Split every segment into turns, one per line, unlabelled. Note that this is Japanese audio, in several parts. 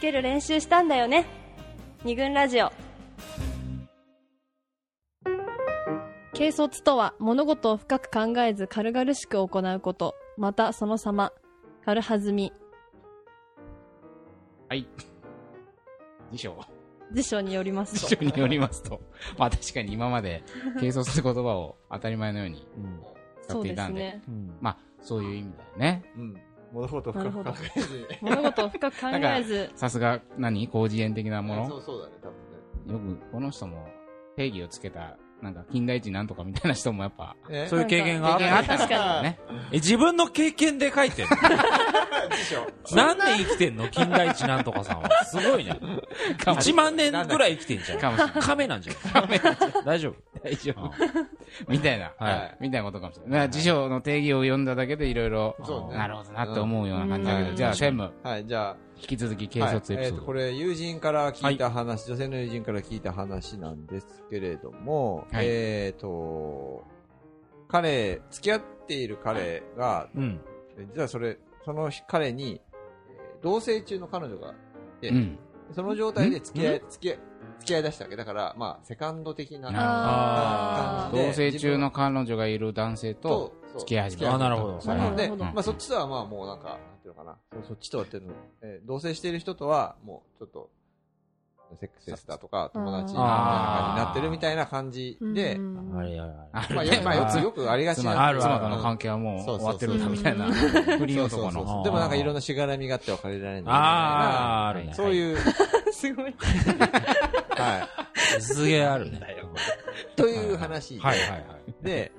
ける練習したんだよね二軍ラジオ
軽率とは、物事を深く考えず軽々しく行うこと。また、その様。軽はずみ。
はい。辞書。
辞書によりますと。
辞書によりますと。まあ確かに今まで、軽率って言葉を当たり前のように
うん。
使っていたんで。
そうですね。
うん。
まあ、そういう意味だよね。
うん。物事を深く考えず。
物事を深く考えず、
さすが、何広辞苑的なもの
そうそうだね、多分ね。
よく、この人も定義をつけた、なんか近代一なんとかみたいな人もやっぱ、
え
そういう経験が
経験あ
あ
っ
ったた
んだ
確かに
よね。
え、自分の経験で書いてんの
でしょ。
何年生きてんの近代一なんとかさんは。すごい ね。
かもし
1万年ぐらい生きてんじゃん。
かもしれない
亀なんじゃん。大丈夫。
大丈夫。みたいな、
はい
みたいなことかもしれない。まあ辞書の定義を読んだだけでいろいろ、
そうね
なるほどなって思うような感じだけ
う
ど、
ん
じゃあ専務、
はい、じゃあ。
引き続き軽率エ
はい
ピ
え
ソ
ー
ー
と
ド。
これ、友人から聞いた話、女性の友人から聞いた話なんですけれども、
はい
えっ、と、彼、付き合っている彼が、
うん。
実はそれ、その彼に、えー同棲中の彼女が、れ
うん。
その状態で付き合い
ん、
付き合い、付き合い出したわけ。だから、まあ、セカンド的な
あ
あ
同
で
棲中の彼女がいる男性と、
そう
付き合い始め
あなるほど
そう
なるほど
で、
なるほど
まあ、そっちとはまあもうなんか、なんていうのかな、そうそっちとはっていうの、えー同棲している人とはもうちょっと、セックスエスだとか友達みたいな感じになってるみたいな感じ
うん
で、
あれあれあれ。
あ
まあ、
る
よまあ、よくよ
よ
くありがち
妻
な。
あるある
妻との関係はもう
そうそうそう
終わってるんだみたいな、不倫男
そうそうそう
の。
でもなんかいろんなしがらみがあって別れられないみたい
あー、
な。
あるね。
そういう、
すごい。
は
すげえあるね。
い。という話
はいはいはい。
で、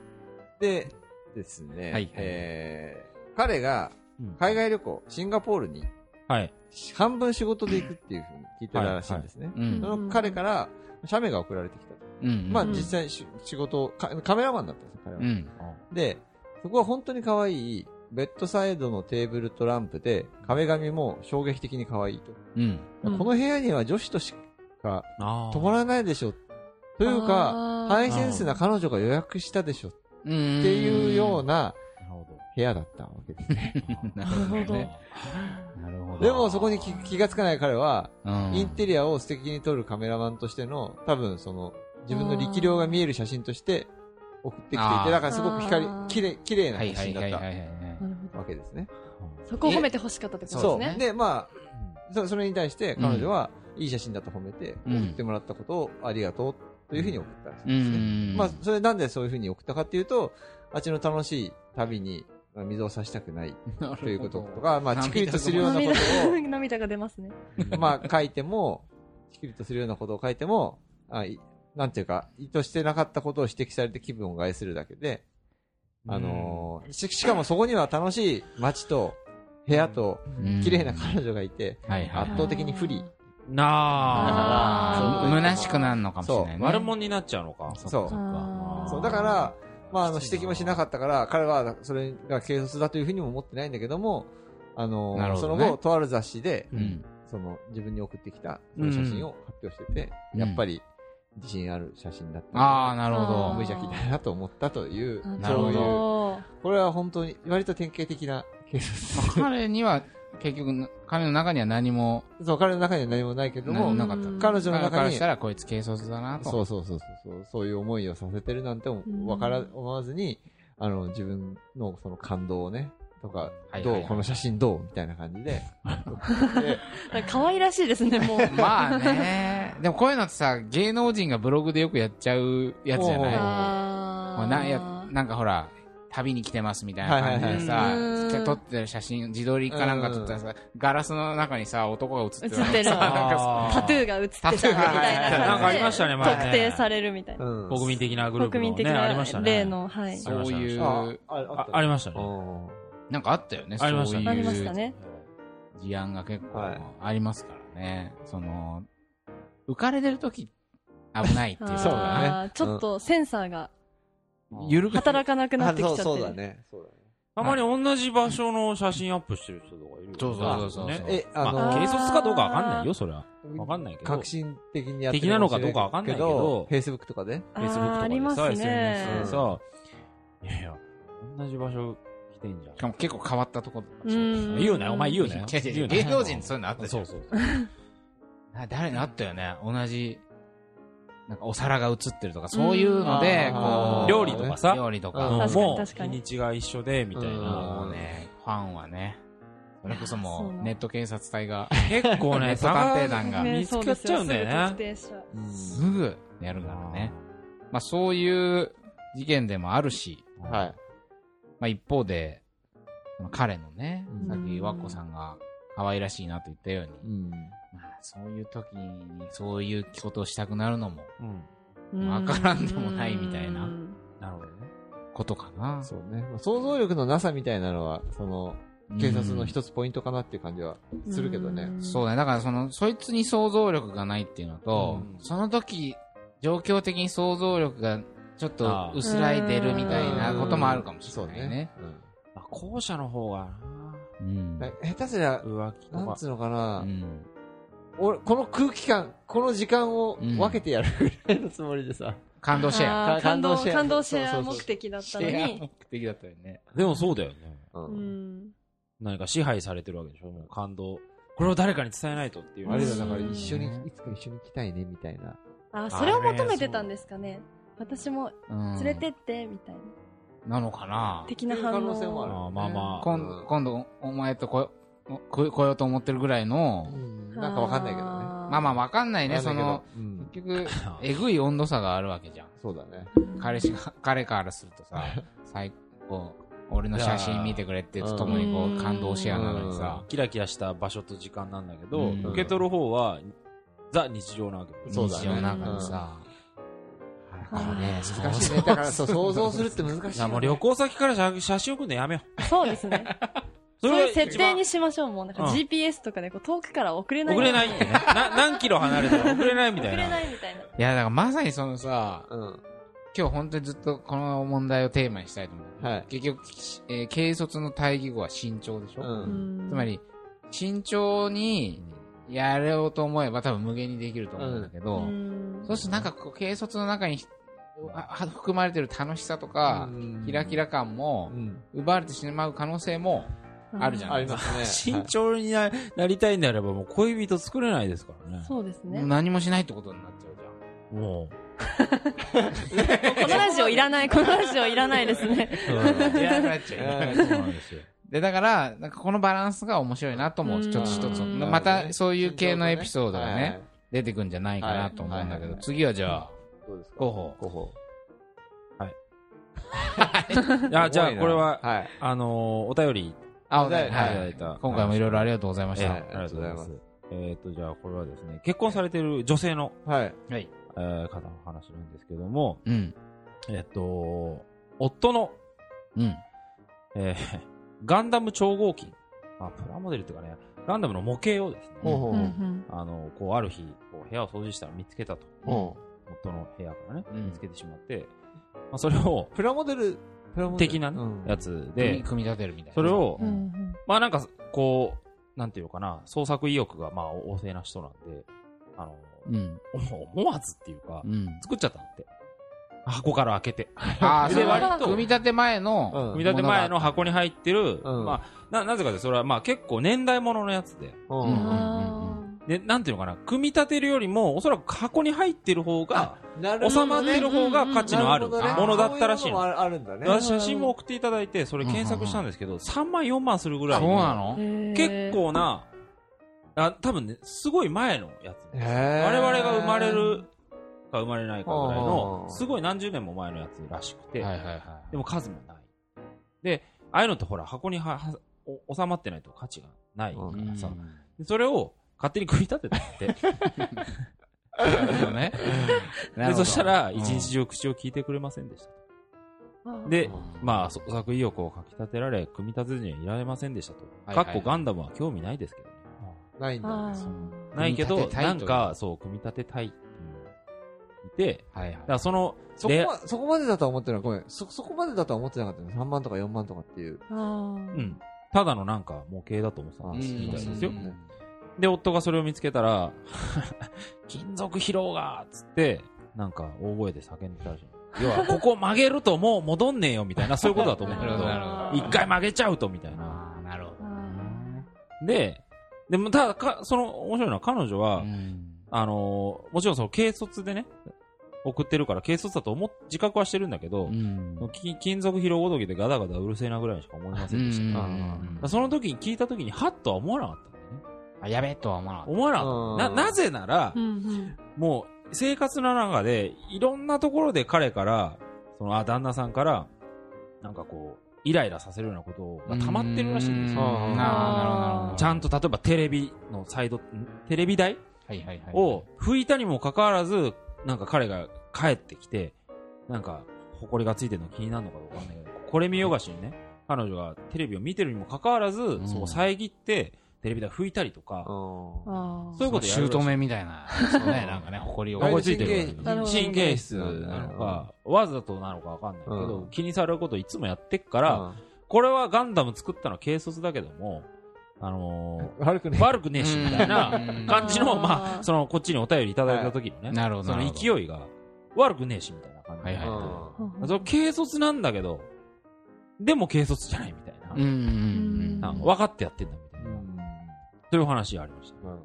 で、ですね、
はい
えー彼が海外旅行、シンガポールに
はい。
半分仕事で行くっていうふうに聞いてたらしいんですね。
うん
その彼から、写メが送られてきたと。
うん。
まあ
うん
実際し仕事をカ、カメラマンだったんですよ、彼は。
うん。
で、そこは本当に可愛い、ベッドサイドのテーブルとランプで、壁紙も衝撃的に可愛いと。
うん。
うん
この部屋には女子としか
あー
泊まらないでしょ。というか、
あー
ハイセンスな彼女が予約したでしょ。っ
って
ていうよう
な。
な
なるほど。
部屋だったわけですね。
なる ほどね。
なるほ
でもそこに気気がつかない彼は、
うん
インテリアを素敵に撮るカメラマンとしての、多分その、自分の力量が見える写真として送ってきていて、
あー
だからすごく光
あー、
綺麗、綺麗な
はいは
写
い
真だ
は
っ
いはい
た
はいはい。
なるほど
わけですね。
そこを褒めて欲しかったってこと
そ
です
う。
ね。
で、まあ、そそれに対して彼女は、いい写真だと褒めて、
うん
送ってもらったことをありがとうというふうに送ったらしいん
う
ですね。
ん。
まあ、それなんでそういうふうに送ったかっていうと、あっちの楽しい旅にまあ水を差したくない
あ、
ということとか、まあ、チクリとするようなこと
涙
を、
涙が出ますね。
まあ書いても、しきりとするようなことを書いても、あいなんていうか、意図してなかったことを指摘されて気分を害するだけで、あのーし、しかもそこには楽しい街と部屋と
うん、
綺麗な彼女がいて、
はいはい
圧倒的に不利。
なあ。
あ
あー
あ、虚しくなるのかもしれないね。
悪者になっちゃうのか。
そう
っかっ
あー
か
そう、だか、ら、まあ、あの、指摘もしなかったから、彼はそれが軽率だというふうにも思ってないんだけども、あのー
なるほ
そ
ど
の
ね
後、とある雑誌で、
うん。
その、自分に送ってきた、その写真を発表してて、
うん
やっぱり、自信ある写真だった。
ああ、なるほ
あー
ど
無。邪気だなと思ったという、
な
な
る
る
ほ
ほ
ど
そういう
ど。
これは本当に、割と典型的なケース。
彼には、結局、彼の中には何も、
そう、彼の中には何もないけども
何、なかった
うん
彼女の
彼か
中
ら
に
し、たらこいつ軽率だなと。
そうそうそうそう、そういう思いをさせてるなんてわから、
うん
思わずに、あの、自分のその感動をね、とか
は、いはい
ど
は
う
い
この写真どうみたいな感 じで。で
なんか可愛らしいですね、もう。
まあね。でもこういうのってさ、芸能人がブログでよくやっちゃうやつじゃ
おう
ない
あ
もう
ー
なんやなんかほら、旅に来てますみたいな感じで
はい
さ
はいはいうん、
じゃ撮ってる写真、自撮りかなんか撮ったらさ、ガラスの中にさ、男が写ってる。
写ってる
さなんか
タ
さ
トゥーが映ってたみたいな感じで。
なんかありましたね前ね
特定されるみたいな。
うん
国民的なグループ
国
の
民的
ね、ありました
な
ね。
例の、はい。
そういう、
ああ
あ。
あ
あ
り
りましたね。
ま
なんかあったよね、
ありまし
そ
た
う
ね
ありま
い
した
う
ね。
事案が結構
はい
ありますからね。その、浮かれてる時危ないっていうか。
そうだね
あーちょっとセンサーが
ゆるく、
働かなくなってきちゃっ
そう
て
そうだ
る。
ね。そうだね。
たまに同じ場所の写真アップしてる人とかいるよね
そうそうそうそう
ね
えあの
まあ軽率かどうかわかんないよ、それは。わ
わ
かんないけど。
革新的にやって
的なのかどうかわかんないけど
Facebook とかで。
あ
Facebook と
ー
か
あり
で
ま
さ、
す
SNS
ね
で。さ、いやいや、同じ場所来来てんじゃん
し。かも結構変わったとこ
うーん
言うなよ、お前言うなよ。
違う違う違う
言
芸
なよ
能人そういうのあったじゃ
そ
ん
うそう。
な誰にあったよね同じなんかお皿が映ってるとかそういうので
うん
こう
料理とかさ
料理と
うん
か
うん
確かに
もう
確か
日
に
にちが一緒で、みたい
うん
な。
もうねファンはねそれこそ
いや
も
そう
う
なの
ネット検察隊が
結構
ネッ
ね、
ト探偵団が
見つけちゃうんだよね
そうですよすぐ特定しちゃう
すぐやるからねまあそういう事件でもあるし
はい。
まあ一方でその彼のね
うん
さっき和子さんが可愛らしいなと言ったように
うん。
まあそういう時にそういうことをしたくなるのも
うん。
うん
わからんでもないみたいな
うん
なるほどね。
ことかな
そうね。まあ想像力のなさみたいなのは、その、警察の一つポイントかなっていう感じはするけどね。
そうだね。だからその、そいつに想像力がないっていうのと、
うん
その時、状況的に想像力がちょっと薄らいでるみたいなこともあるかもしれないね。
そうね。
まあ、後者の方がな、
うん
うんだ下手すりゃ、
浮気
なん
と
つうのか
う
な、
ん
俺、この空気感、この時間を
うん
分けてやるぐらいのつもりでさ。
感動シェア。
あー感
感動
動
シェア
感動シェア
そう
目
そうそう
的だった
シ
の
ェア
に。
目的だったよね。
か。でもそうだよね。
う
う。ん
何か支配されてるわけでしょもう感動。これを誰かに伝えないとっていう。
あれだ、
よ
だから
うん
一緒に、いつか一緒に来たいね、みたいな。
あ、それを求めてたんですかね。私も
うん
連れてって、みたいな。
なのかな
的な反応。
可能性も
あーまあまあ。
今今度、お前と来よ来来ようと思ってるぐらいの、
なんかわかんないけどね。
まあまあわかんないね、
わか
そ
んないけど
の、
うん
結局、えぐい温度差があるわけじゃん。
そうだね。
彼氏が、彼からするとさ、最高、俺の写真見てくれって言うとともにこ
う
う、
ん
感動シェアなのにさ、
キラキラした場所と時間なんだけど、
うん
受け取る方は、ザ日常なわけで
そうだ
日
ね
常の中でさ、あ
うん
これね、
難しいね。
想
だからそう想像するって難しい
な
よ
あ
ね。
もう旅行先から写写真送るのやめよう。
そうですね。
そ
そう
が
いう設定にしましょう。もうなんか
うん
GPS とかでこう遠くから送れ
一
な
番
い。
送れないってね。な何キロ離れても送れないみた
送
い
れ
な。
ないみたいな。
いや、だからまさにそのさ、
うん。
今日本当にずっとこの問題をテーマにしたいと思う。
はい。
結局、しえー軽率の対義語は慎重でし
う
ょ
ん。
つまり、慎重にやろうと思えば多分無限にできると思うんだけ
う
ど、
ん、
そうするとなんかこう、軽率の中にひあは含まれてる楽しさとか、キラキラ感も
うん。
奪われてしまう可能性もあるじゃ
あ
ない
り
です
ま
か。
すね。
慎重にななりたいんであれば、もう恋人作れないですからね。
そうです
もう
ね。
何もしないってことになっちゃうじゃん。
も
このラジオいらない、このラジオいらないです ね。
う。
いらなくなっちゃう。
そうなんですよ。
で、だから、なんかこのバランスが面白いなと思う。
うん
一つ一つ。
うん
また、そういう系のエピソードがね、。出てくんじゃないかなと思うんだけ
はいはい
ど、
はい
次はじゃあ、
どうですか
候補。
候補。
あ、じゃあ、これは、
はい。
あのーお便りい
あ、お
は
題
い
た
は
だい
い。
た。
今回もいろいろありがとうございまし
ええ
た。
あ
は
りがとうございま
あり
す。えっと、じゃあ、これはですね、結婚されてる女性の、
はい。
い。
えー方の話なんですけども、
うん。
えっと、夫の、
うん。
えーガンダム超合金。あ、プラモデルっていうかね、ガンダムの模型をですね、
ほうほう
うんう
ほうん
あの、こう、ある日、こう部屋を掃除したら見つけたと。
ほ
夫の部屋からね、
うん
見つけてしまって、まあ、それを
う。、プラモデル、プラモデル。
的なね
うん
やつ
で、
で、
組み立てるみたいな。
それを
う
うんん
まあなんか、こう、なんていうのかな、創作意欲がまあ旺盛な人なんで、あの、
うん。
思わずっていうか、
うん。
作っちゃったんだって。箱から開けて。
ああ、そ
で
れ
割
は
と
組み立て前の、
組み立て前の箱に入ってる、
うん
まあ、な、なぜかで、それはまあ結構年代物のやつで、
うん
うん
うん
あ
で、なんていうのかな、組み立てるよりも、おそらく箱に入ってる方が、
なるほ
収
どね
まってる方が価値のあるも
なほどね
も
のだったらしい
そううのも
の。
ああるんだね。
私写真も送っていただいて、それ検索したんですけど、3万、4万するぐらい
そうな
ー
の、
の
へー
結構な、あ、多分ね、すごい前のやつ。
へー
我々が生まれるか生まれないかぐらい
あ
の、
ー
すごい何十年も前のやつらしくて、
はいはいはい。
でも数もない。で、ああいうのってほら、箱にははお収まってないと価値がないからさ、でそれを勝手に組み立てた って。
なるほどね。なる
で
ほど
そしたら、一日中口を聞いてくれませんでした。
ー
で、
うん
まあ、創作意欲をかき立てられ、組み立てずにはいられませんでしたと。
はい
か
はい
っこガンダムは興味ないですけどね。
ないんだ
あ
ね。
ー
ないけ
組
ど
み、立てたい
な
と
ん
いう
か、そう、組み立てたいっていうのがいて、
はいはい
だからその、
そこま、そこまでだとは思ってない。ごめん。そ、そこまでだとは思ってなかったね。3万とか4万とかっていう。
あー
うん。ただのなんか模型だと思ってた
あ
ん
ー
ですみた
そう
いですよ
う。ん
で、夫がそれを見つけた ら、金属疲労がっつって、なんか大声で叫んでたらしい。要は、ここ曲げるともう戻んねえよみたいな、そういうことだと思うんだけ
なるほどな
ど、
るほど
一回曲げちゃうとみたいな。
ああ、なるほど。
で、でもただか、その、面白いのは彼女は、あのーもちろんその軽率でね、送ってるから軽率だと思っ、自覚はしてるんだけど、き金属疲労ごときでガダガダうるせえなぐらいにしか思いませんでした。だからその時に聞いた時に、はっとは思わなかったんだよね。
あ、やべえとは思わなかっ
思わなかった。
うん
な、なぜなら、
うん
もう、生活の中で、いろんなところで彼から、その、あ、旦那さんから、なんかこう、イライラさせるようなこと
た。
が溜まってるらしいんです
うんな
よ。
るほど、なるほど。
ちゃんと、例えばテレビのサイド、んテレビ台
はいはいはい。
を拭いたにもかかわらず、なんか彼が帰ってきて、なんか、埃がついてるの気になるのかわかんないけど、これ見よがしにね、彼女がテレビを見てるにもかかわらず、
ん
そこ遮って、テレビ台拭いたりとか、
うん。あ
そういうことやるらしい
姑みたいな。そうね、 なん かね、誇りを。
ここについてる
なるほど
神経質なのか、わざとなのかわかんないけど、
うん
気にされることをいつもやってっから、これはガンダム作ったのは軽率だけども、あの
悪くね
ー、悪くねえし、みたいな
うん
感じの、
あー
まあ、その、こっちにお便りいただいた時のね、
なるほど
そ
なる
の
ほど
勢いが、悪くねえし、みたいな感じ。
はいはい
その軽率なんだけど、でも軽率じゃないみたいな。
うんうん
なんか分かってやってんだ、みたいな。という話がありました。
なる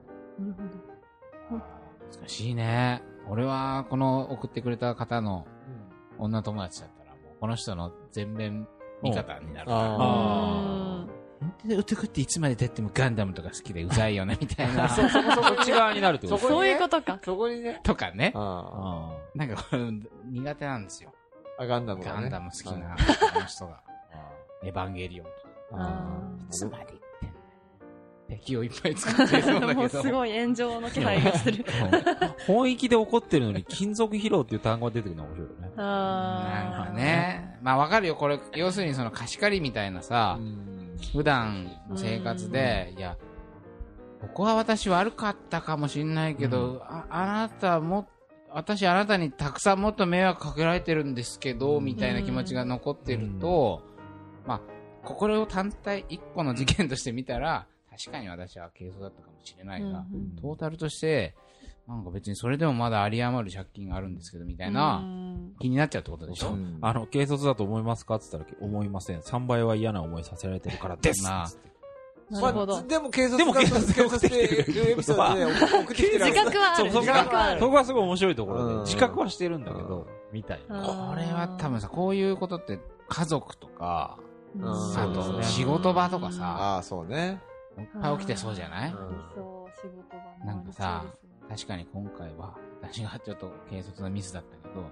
ほど
うん。難しいね。俺は、この送ってくれた方の女友達だったら、もうこの人の全面味方になるから。
あ
で、うてくっていつまで経ってもガンダムとか好きでうざいよね、みたいな。
そ こそこ 内側になるってこと
そこにね
そういうことか。
そこに ね。
とかね。
あ
あ
なんか、これ苦手なんですよ。
あ、ガンダム
ガ
がね。
ンダム好きな、この人が。エヴァンゲリオンとか。
あ
いつ
ー。
まで言ってんの敵をいっぱい使ってそうだけど。
もうすごい炎上の気配がす る。
あ本域で怒ってるのに、金属疲労っていう単語が出てくるのは面白いよね。
あ
な
あ。
んか。ね。まあわかるよ、これ。要するにその貸し借りみたいなさ、普段の生活で、いや、ここは私悪かったかもしんないけど、ああなたも、私あなたにたくさんもっと迷惑かけられてるんですけど、みたいな気持ちが残ってると、まあ、これを単体一個の事件として見たら、確かに私は軽率だったかもしれないが、
うん
トータルとして、なんか別にそれでもまだ有り余る借金があるんですけど、みたいな、気になっちゃうってことでしょ
うん
あの、軽率だと思いますかって言ったら、思いません。3倍は嫌な思いさせられてるからです。
まあ
つって
なるほ
まあ
ど。
でも警察
でも警察
警察っていうエピソードで送ってきてる
自覚はある。
そう
自覚はある
そ。こはすごい面白いところで、
うん
自覚はしてるんだけど、みたい
うん
な。
これは多分さ、こういうことって家族とか、
うん
うん
あ
そ
と
うですね
仕事場とかさ、
ああ、そうね。
いっぱい起きてそうじゃない
うん
理想仕事場もありそうですね
なんかさ確かに今回は、私がちょっと軽率なミスだったけど、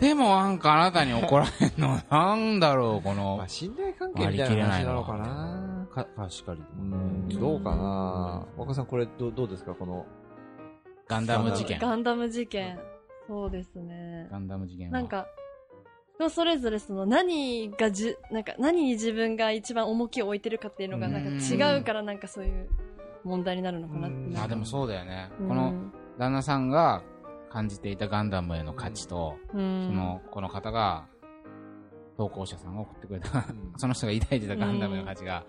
でもなんかあなたに怒られんの、 なんだろう、こ
ま
の
あ、、信頼関係みたいな話なのかな。
か、貸し借り
う
とか
ん、
ね。
どうかな。若さん、これどう、どうですかこの、
ガンダム事件。
ガンダム事件。そうですね。
ガンダム事件は。
なんか、人それぞれその何がじゅ、なんか何に自分が一番重きを置いてるかっていうのがなんか違うからなんかそういう問題になるのかなっていう。
あ、でもそうだよね。
うん
この、旦那さんが感じていたガンダムへの価値と、
うん
その、この方が、投稿者さんが送ってくれた、 その人が抱いてたガンダムの価値が、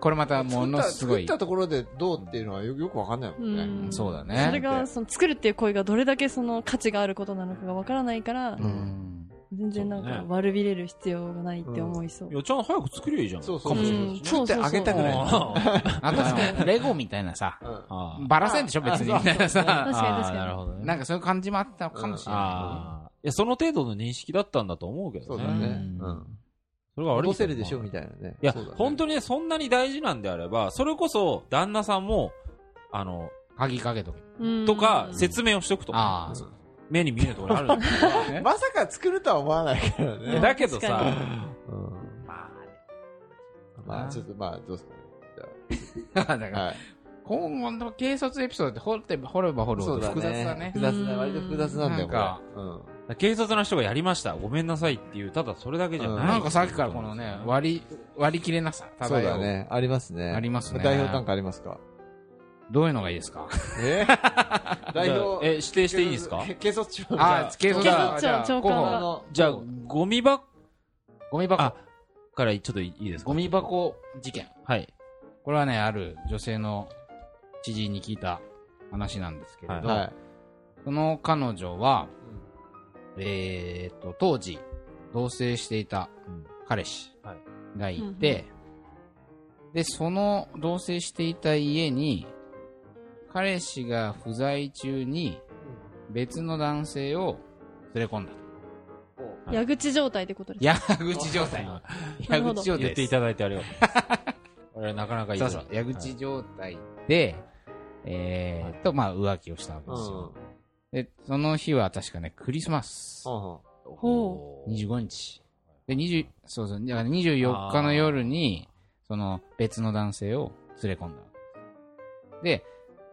これまたものすご
作
い
っ、たところでどうっていうのはよよくわかんないもんね。
うん
そうだ
それ
ね。
が、その作るっていう行為がどれだけその価値があることなのかがわからないから、
うん。
全然なん
そう
か
ね
悪びれる必要がないって思いそう。
いや、ちゃん早く作りゃいいじゃん。
そう
か
そう
もしれ
そ
ない
う
うん
しね。
そうそうそう
作ってあげたくない。
あ
あとあの、レゴみたいなさ、
うん
あ
バラせんでしょ別にみ たいな
確
さ、
かに確かに
あーなるほどね。
なんかそういう感じもあったのかもしれない
ああ。いや、その程度の認識だったんだと思うけ
そ
ど
う
ね。
だね。
う
うんん。
それが悪いこと
落
と
せるでしょみたいなね。
いや、
そうだね
本当にね、そんなに大事なんであれば、それこそ、旦那さんも、あの、
けど。鍵かけとけ。
うん
とか、説明をしとくとか、
ああ、そう
目に見えるところあ るんだよ
まさか作るとは思わないから
いや
ね。
だけど
確か
さ、
うん
ま
まあ、ちょっと、まあ、どうすかね
あ、だから、
はい。
今後の軽率エピソードって掘って掘れば掘るほど複雑だね
複。雑だ。割と複雑なんだよ、
なんか
これうん。
警察の人がやりました、ごめんなさいっていう、ただそれだけじゃ
う
ない。
なんかさっきからこのね、割り、割り切れなさ。
そうだ
漂う。
ね。ありますね。
ありますね
代表単価ありますか
どういうのがいいですか
え
じゃあ
代表。
え、指定していいですか
け軽率長
あー、軽
軽
率だ。
率長
じゃあ
長
候
官
補
が
の
じゃあ、ゴミ箱
ゴミ箱
あ。からちょっといいですか
ゴミ箱事件。
はい。
これはね、ある女性の知人に聞いた話なんですけれど、
は
はい。
その彼女は、えーっと、当時、同棲していた
うん
彼氏
はい
がいて、で、その同棲していた家に、彼氏が不在中に、別の男性を連れ込んだと。
矢口状態ってことですか
矢口状態。
な
矢
るほど
口状態で
言っ
す
ていただいてありがとうございます。 俺なかなか言いづ
そ
ら
う
い
そう、矢口状態で、えーっと、まあ、浮気をしたわけで
うん。
すよ。で、その日は確かね、クリスマス。
ほ
25日。で、20、そうそう、だから24日の夜に、その別の男性を連れ込んだ。で、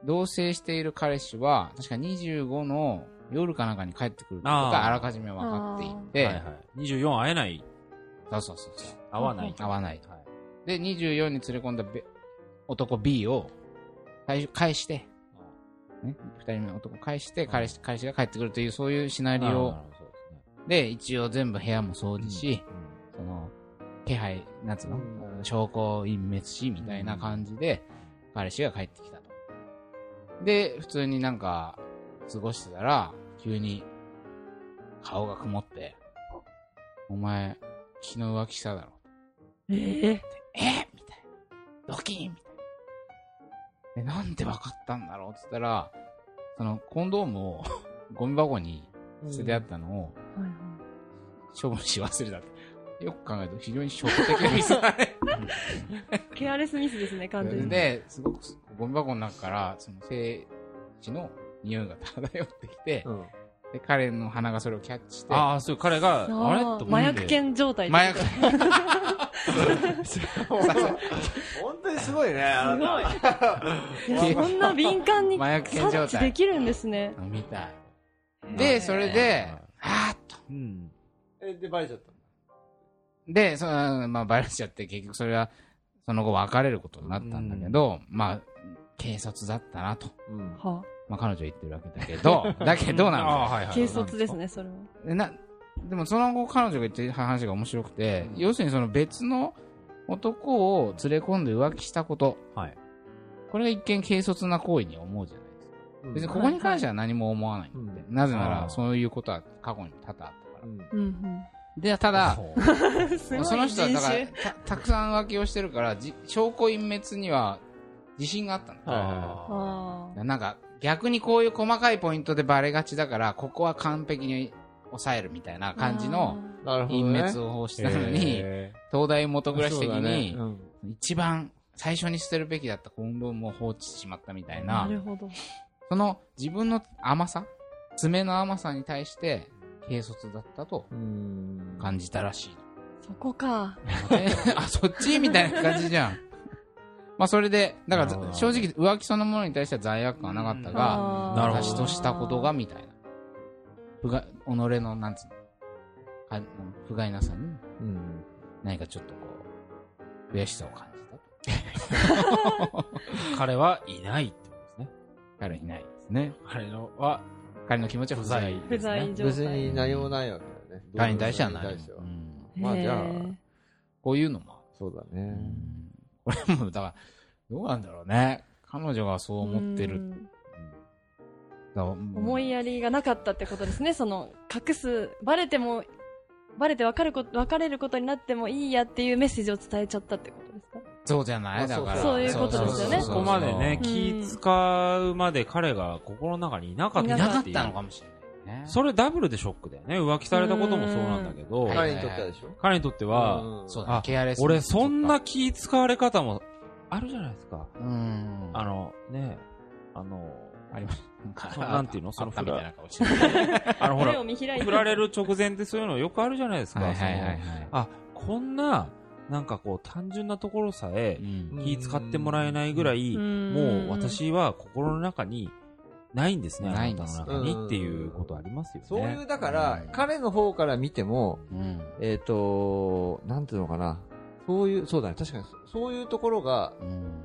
同棲している彼氏は、確か25の夜かなんかに帰ってくることが
あー
あらかじめ分かってい
はい
て、
はい。24会えない。
そうそうそうそう。
会わない。
合わない。
はい
で、24に連れ込んだべ男 B を返返して、ね、2人目の男を返して、彼氏彼氏が帰ってくるという、そういうシナリオ
あーそうですね
で、一応全部部屋も掃除し、そ
うん
の、気配、なんつうの、
う
証拠を隠滅し、みたいな感じで、彼氏が帰ってきたと。で、普通になんか、過ごしてたら、急に、顔が曇って、お前、昨日浮気しただろ。
ええ
えみたいな。ドキーンみたいな。え、なんでわかったんだろうって言ったら、その、コンドームを、 ゴミ箱に捨ててあったのを、
はいはい
処分し忘れたって。よく考えると非常に初歩的なミスだね。
ケアレスミスですね、完全に。
で、すごくゴミ箱の中から、その精子の匂いが漂ってきて、
うん。
で、彼の鼻がそれをキャッチして、
ああ、そう、彼が、
あー
あれと思って
麻薬犬状態って
麻薬、
本当にすごいね、あなた。
いやそんな敏感に
麻薬犬状
察知
態
できるんですね。
みたい。
へ
で、
ー
それで、あーっと。
うん。
え、で、バレちゃった
で、その、まあ、バレちゃって、結局それは、その後別れることになったんだけど、まあ、軽率だったなと。
うん。
は
まあ、彼女は言ってるわけだけど、だけどなんだよ
あーはい
あ、
はい。
軽率ですね、それは。
でなでもその後彼女が言ってる話が面白くて、
うん
要するにその別の男を連れ込んで浮気したこと
はい。
これが一見軽率な行為に思うじゃないですか別にここに関しては何も思わないんで、なぜな
あ
ら
ー
そういうことは過去に多々あったから
うん
でただ
ほう
うん。 すごい
その人はだか
人
ら
種。
たたくさん浮気をしてるからじ証拠隠滅には自信があったんだ、
はい
あ
あ
なんか逆にこういう細かいポイントでバレがちだからここは完璧に抑えるみたいな
あ。
感じの
なるほど
隠
ね。
滅をし
ー
たのに、
へ
東大元暮らし的
そうだね
に、
うん
一番最初に捨てるべきだったコンドームを放置してしまったみたい
な
な、
るほど。
その自分の甘さ、爪の甘さに対して、軽率だったと
うん
感じたらしい。
そこか。
えあ、そっちみたいな感じじゃん。まあそれで、だか
なるほ
ら
ど
正直浮気そのものに対しては罪悪感はなかったが、
あー
なるほど
私としたことが、みたいな。不甲己の、なんつうのか、不甲斐なさに、
うん。
何かちょっとこう、悔しさを感じた。
ー彼はいないってことですね。
彼いないですね。
彼のは、
彼の気持ちは不在。
不在状
別
態。
に何もないわけだね。
彼に対してはない。
彼に対しては
うん
まあじゃあ
へー
こういうのも。
そうだ
う
ね。
んこれも、だから、どうなんだろうね。彼女がそう思って
う
る。
ん
思
思いやりがなかったってことですね。その、隠す、バレても、バレて別れること、別れることになってもいいやっていうメッセージを伝えちゃったってことですか
そうじゃないだから。
そういうことですよね
そ
そうこまでね、
うん
気使うまで彼が心の中にいなかっ
い
た
な
っ
かって
いう
たのかもしれないね。
それダブルでショックだよね。浮気されたこともそうなんだけど、
うん
はい
彼にとってはでしょ
彼にとっては、
うん
そうだね
あ
ケアレス。
俺そんな、気使われ方もあるじゃないですか。
うん。
あ、の、ね、あの、
ありました。
なんていう のそ
そ
の
のみたいな顔して。
あのほ
目
ら
を、見開いて。
振られる直前ってそういうのよくあるじゃないですか。
はいはいはい
その
はい。
あ、こんな、なんかこう単純なところさえ
うん
気使ってもらえないぐらい、
うん
もう私は心の中にないんですね、あ
ないで
なんた
す
の中にっていうことありますよね。
そういう、だか
う
ら
ん、
彼の方から見ても、
うん。
えっ、と、なんていうのかな。そういう、そうだね。確かにそ、そういうところが、
うん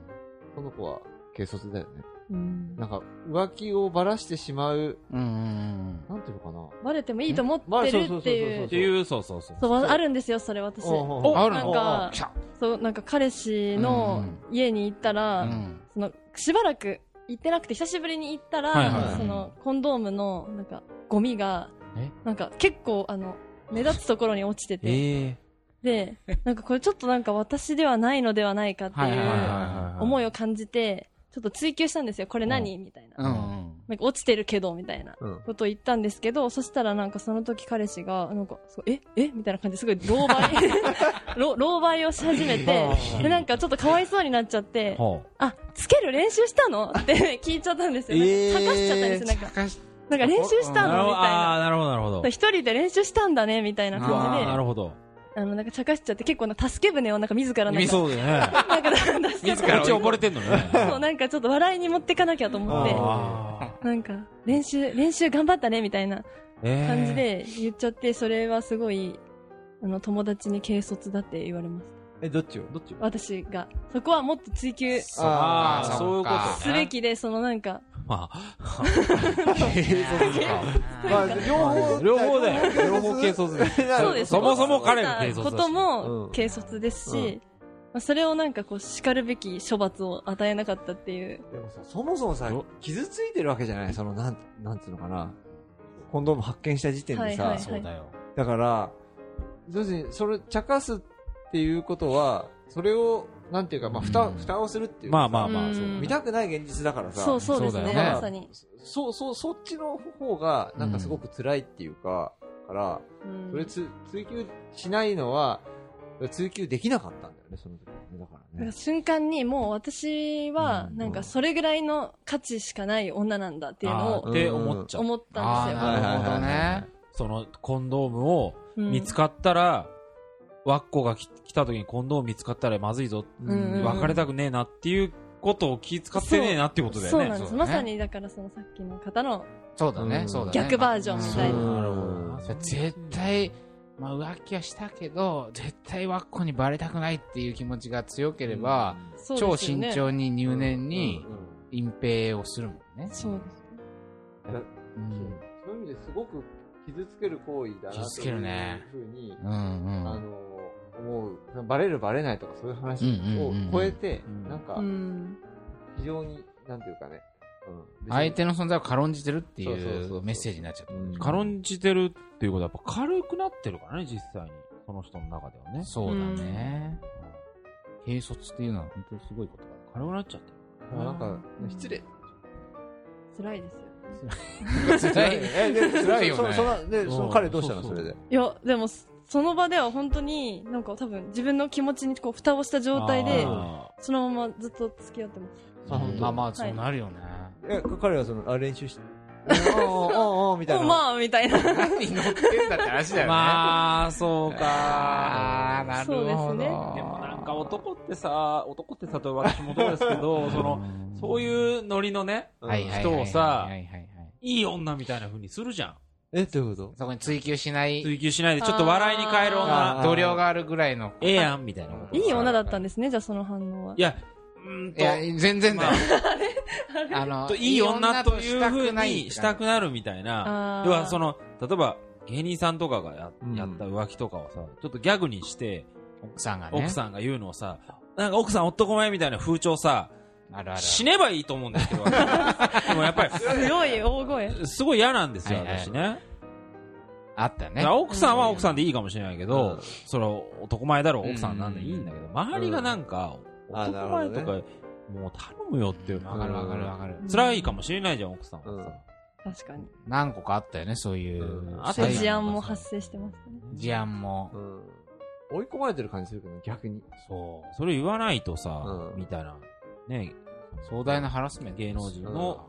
この子は軽率だよね。
うん
なんか、浮気をばらしてしまう、
うんうん
なんていうのかな。
バレてもいいと思ってるってい
まあそうそうそうそうう
っていう、そうそうそう。
そうあるんですよそれ私
うん。ある
なん
の
か
来た
そうなんか彼氏の家に行ったら、
うん
そのしばらく行ってなくて久しぶりに行ったら、
はいはい
はい
そのコンドームのなんかゴミが
え
なんか結構あの、目立つところに落ちてて、
え
で、なんかこれちょっとなんか私ではないのではないかって
はい
い
はいはいは
う
い
思いを感じて、ちょっと追求したんですよ。これ何みたいな。
うんうん
なんか落ちてるけど、みたいな。
うん。
ことを言ったんですけど、そしたらなんかその時彼氏が、なんか、そうええみたいな感じですごい狼狽ろ、狼狽をし始め て、で、なんかちょっとかわいそうになっちゃって
え、は
あ、つける練習したのって聞いちゃったんですよ。
えー
なんか探しちゃったんですよ。なんか、なんか練習し
あ。
た
な
の
るほ
み
ど、
たいな。
あーなるほど、なるほど。
一人で練習したんだね、みたいな
あーな
感
るほど。
じで、あの、なんか茶化しちゃって結構な助け舟をなんか自らなんか、
そうだよね。
なんか出して
自ら。こっち溺れてんのね。
そう、なんかちょっと笑いに持ってかなきゃと思って、
あ
なんか、練習、練習頑張ったね、みたいな。
ーえー
感じで言っちゃって、それはすごい、あの、友達に軽率だって言われます。
え、どっちをどっち
私が。そこはもっと追求す
あー
あー
そういうこ
そっか
とね
べきで、そのなんか、
まあ、
まあ、両方、
両方 だよ。両方軽率だよ。
そうです。
そもそも彼が軽率だし
こと
う
も
ん
軽率です
う
し、まあそれをなんかこう、叱るべき処罰を与えなかったっていう。
でもさ、そもそもさ
ど、
傷ついてるわけじゃないその、なん、なんつうのかな。コンドーム発見した時点でさ、
はいはい
そうだよ。
だから、要するに、それ、茶化すっていうことは、それを、なんていうか、まあ、蓋、
うん
蓋をするっていうか
ま
さ。
あまあま
う
あ、
ん
そう
見たくない現実だからさ。
そうそうです
そ
ね、
うだよね
まさに。
そうそう、そっちの方が、なんかすごく辛いっていうか、から、
うん
それつ追求しないのは、追求できなかったんだよね、その時はね。だから
なん
ね
か。瞬間にもう私は、なんかそれぐらいの価値しかない女なんだっていうの
あー
を
って思っちゃう。
思ったん
あ
ですよ。
ーなるほどね。
そのコンドームを
うん
見つかったら、ワッコがき来た時にコンドーム見つかったらまずいぞ、
うんうん
別れたくねえなっていうことを気遣ってねえなっていうことだよ
そう
ね。
なんです。
そうだ
ま
ね
さにだからそのさっきの方の、
そうだね、
うん
そうだね。
逆バージョンみたいな
うん
なるほどな
じゃあ絶対、まあ浮気はしたけど、絶対ワッコにバレたくないっていう気持ちが強ければ、
そう
超
ですよ
慎
ね。
重に入念に
うんうんうん
隠蔽をするもんね。
そうです。
うん。
そういう意味ですごく傷つける行為だな
傷つ
と
け
い
るね
うふうに、
うんう
あ
ん。
の、思う。バレるバレないとかそういう話を超えて
うんうんうんうん、
なんか
う、ん。
非常に、なんていうかね、うん
相手の存在を軽んじてるって
そうそう
い
そうそう
うメッセージになっちゃった。
うん
軽んじてるっていうことはやっぱ軽くなってるからね、実際に。その人の中ではね。
そうだね。軽率っていうのは本当にすごいことだ。
軽くなっちゃってる。
もうなんか、失礼。
辛いですよ。
辛い
え、で
辛いよね
そそそで、その彼どうしたの
そう
そ
そう
れで。
いや、でも、その場では本当に、なんか多分自分の気持ちにこう蓋をした状態で、
あ
そのままずっと付き合ってます。
あ本当
まあまあ、そうなるよね。
え、彼はその、あ、練習して、ああ、ああ、みたい
お
な。
まあ、みたいな。
何乗ってんだって話だよ
ー
ね。
まあ、そうか。
あー、なるほど。
そうですね
でもなんか男ってさ、男ってさ、と私も そうですけど、その、そういうノリのね、
うん
はいはいはい
人をさ
はいはいはいはい
いい女みたいな風にするじゃん。
え、どういうこと
そこに追求しない
追求しないで、ちょっと笑いに変える
あ
女
ー、
度量があるぐらいの。
ええやん、みたいなこと。
いい女だったんですね、じゃあその反応は。
いや、うーん
いや、
と、
全然だよ。あ
と
の、
いい女という風にした
く
くなるみたいな
あ。ー
要はその、例えば、芸人さんとかがや
うん
やった浮気とかをさ、ちょっとギャグにして、
奥さんがね。
奥さんが言うのをさ、なんか奥さん男前みたいな風潮さ、
ん。あるある。
死ねばいいと思うんですけ ど、私でもやっぱり、
すごい大声。
すごい嫌なんですよ、
はいはい
私ね。
あった
だ
ね
から。奥さんは奥さんでいいかもしれないけ
う
ど
ん、
それは男前だろう、奥さんなんでいいんだけど、周りがなんか、
うんあ
男
なるほど
前と
ね
か、もう頼むよっていうの
わ
は
かるわかるわかる。
辛いかもしれないじゃん、奥さん
うん
はさ。。
確かに。
何個かあったよね、そういううん
あと
そう
はい
事案も発生してましたね。
事案も
う。ん。追い込まれてる感じするけど、逆に。
そう。それ言わないとさ
う、ん
みたいな、ね、
壮大なハラスメント。
芸能人の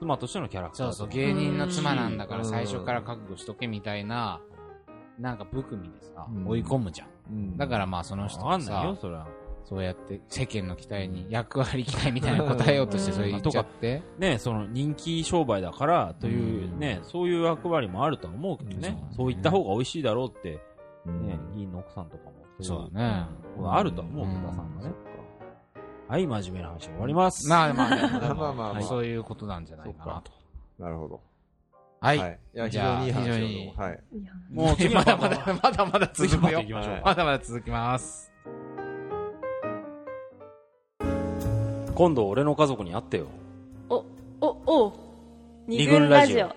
妻としてのキャラクター
そ
と
う
か。
そう、芸人の妻なんだから
うん
最初から覚悟しとけみたいな、なんか不気味でさ
う、ん
追い込むじゃん。
うん
だからまあその人が
わかんない
さ
よ、、それは。
そうやって世間の期待に役割期待みたいなの答えようとして
うん
それ言っちゃって。
ね、その人気商売だからといううんね、そういう役割もあるとは思うけどね
う、ん
そういった方が美味しいだろうって、
うん
ね、議員の奥さんとかも。
そうだね。
ことあるとは思う、
うん
福田さんがね。はい、真面目な話終わり ます。
まあまあ、でもでも
まあまあまあ
そういうことなんじゃないかなと。
なるほど。
は。。
はいいや、非
じゃ
常
あ
にいい話だ
非
と
常に
思う。はい。
いや
もう次
ま
の
だ
方
まだ、まだまだ続
次の
く
方行
よ
き。ましょう
はい
まだまだ続きます。
今度俺の家族に会ってよ。
お、お、おう、
二
二
軍
軍
ラ
ラ
ジ
ジ
オ
オ。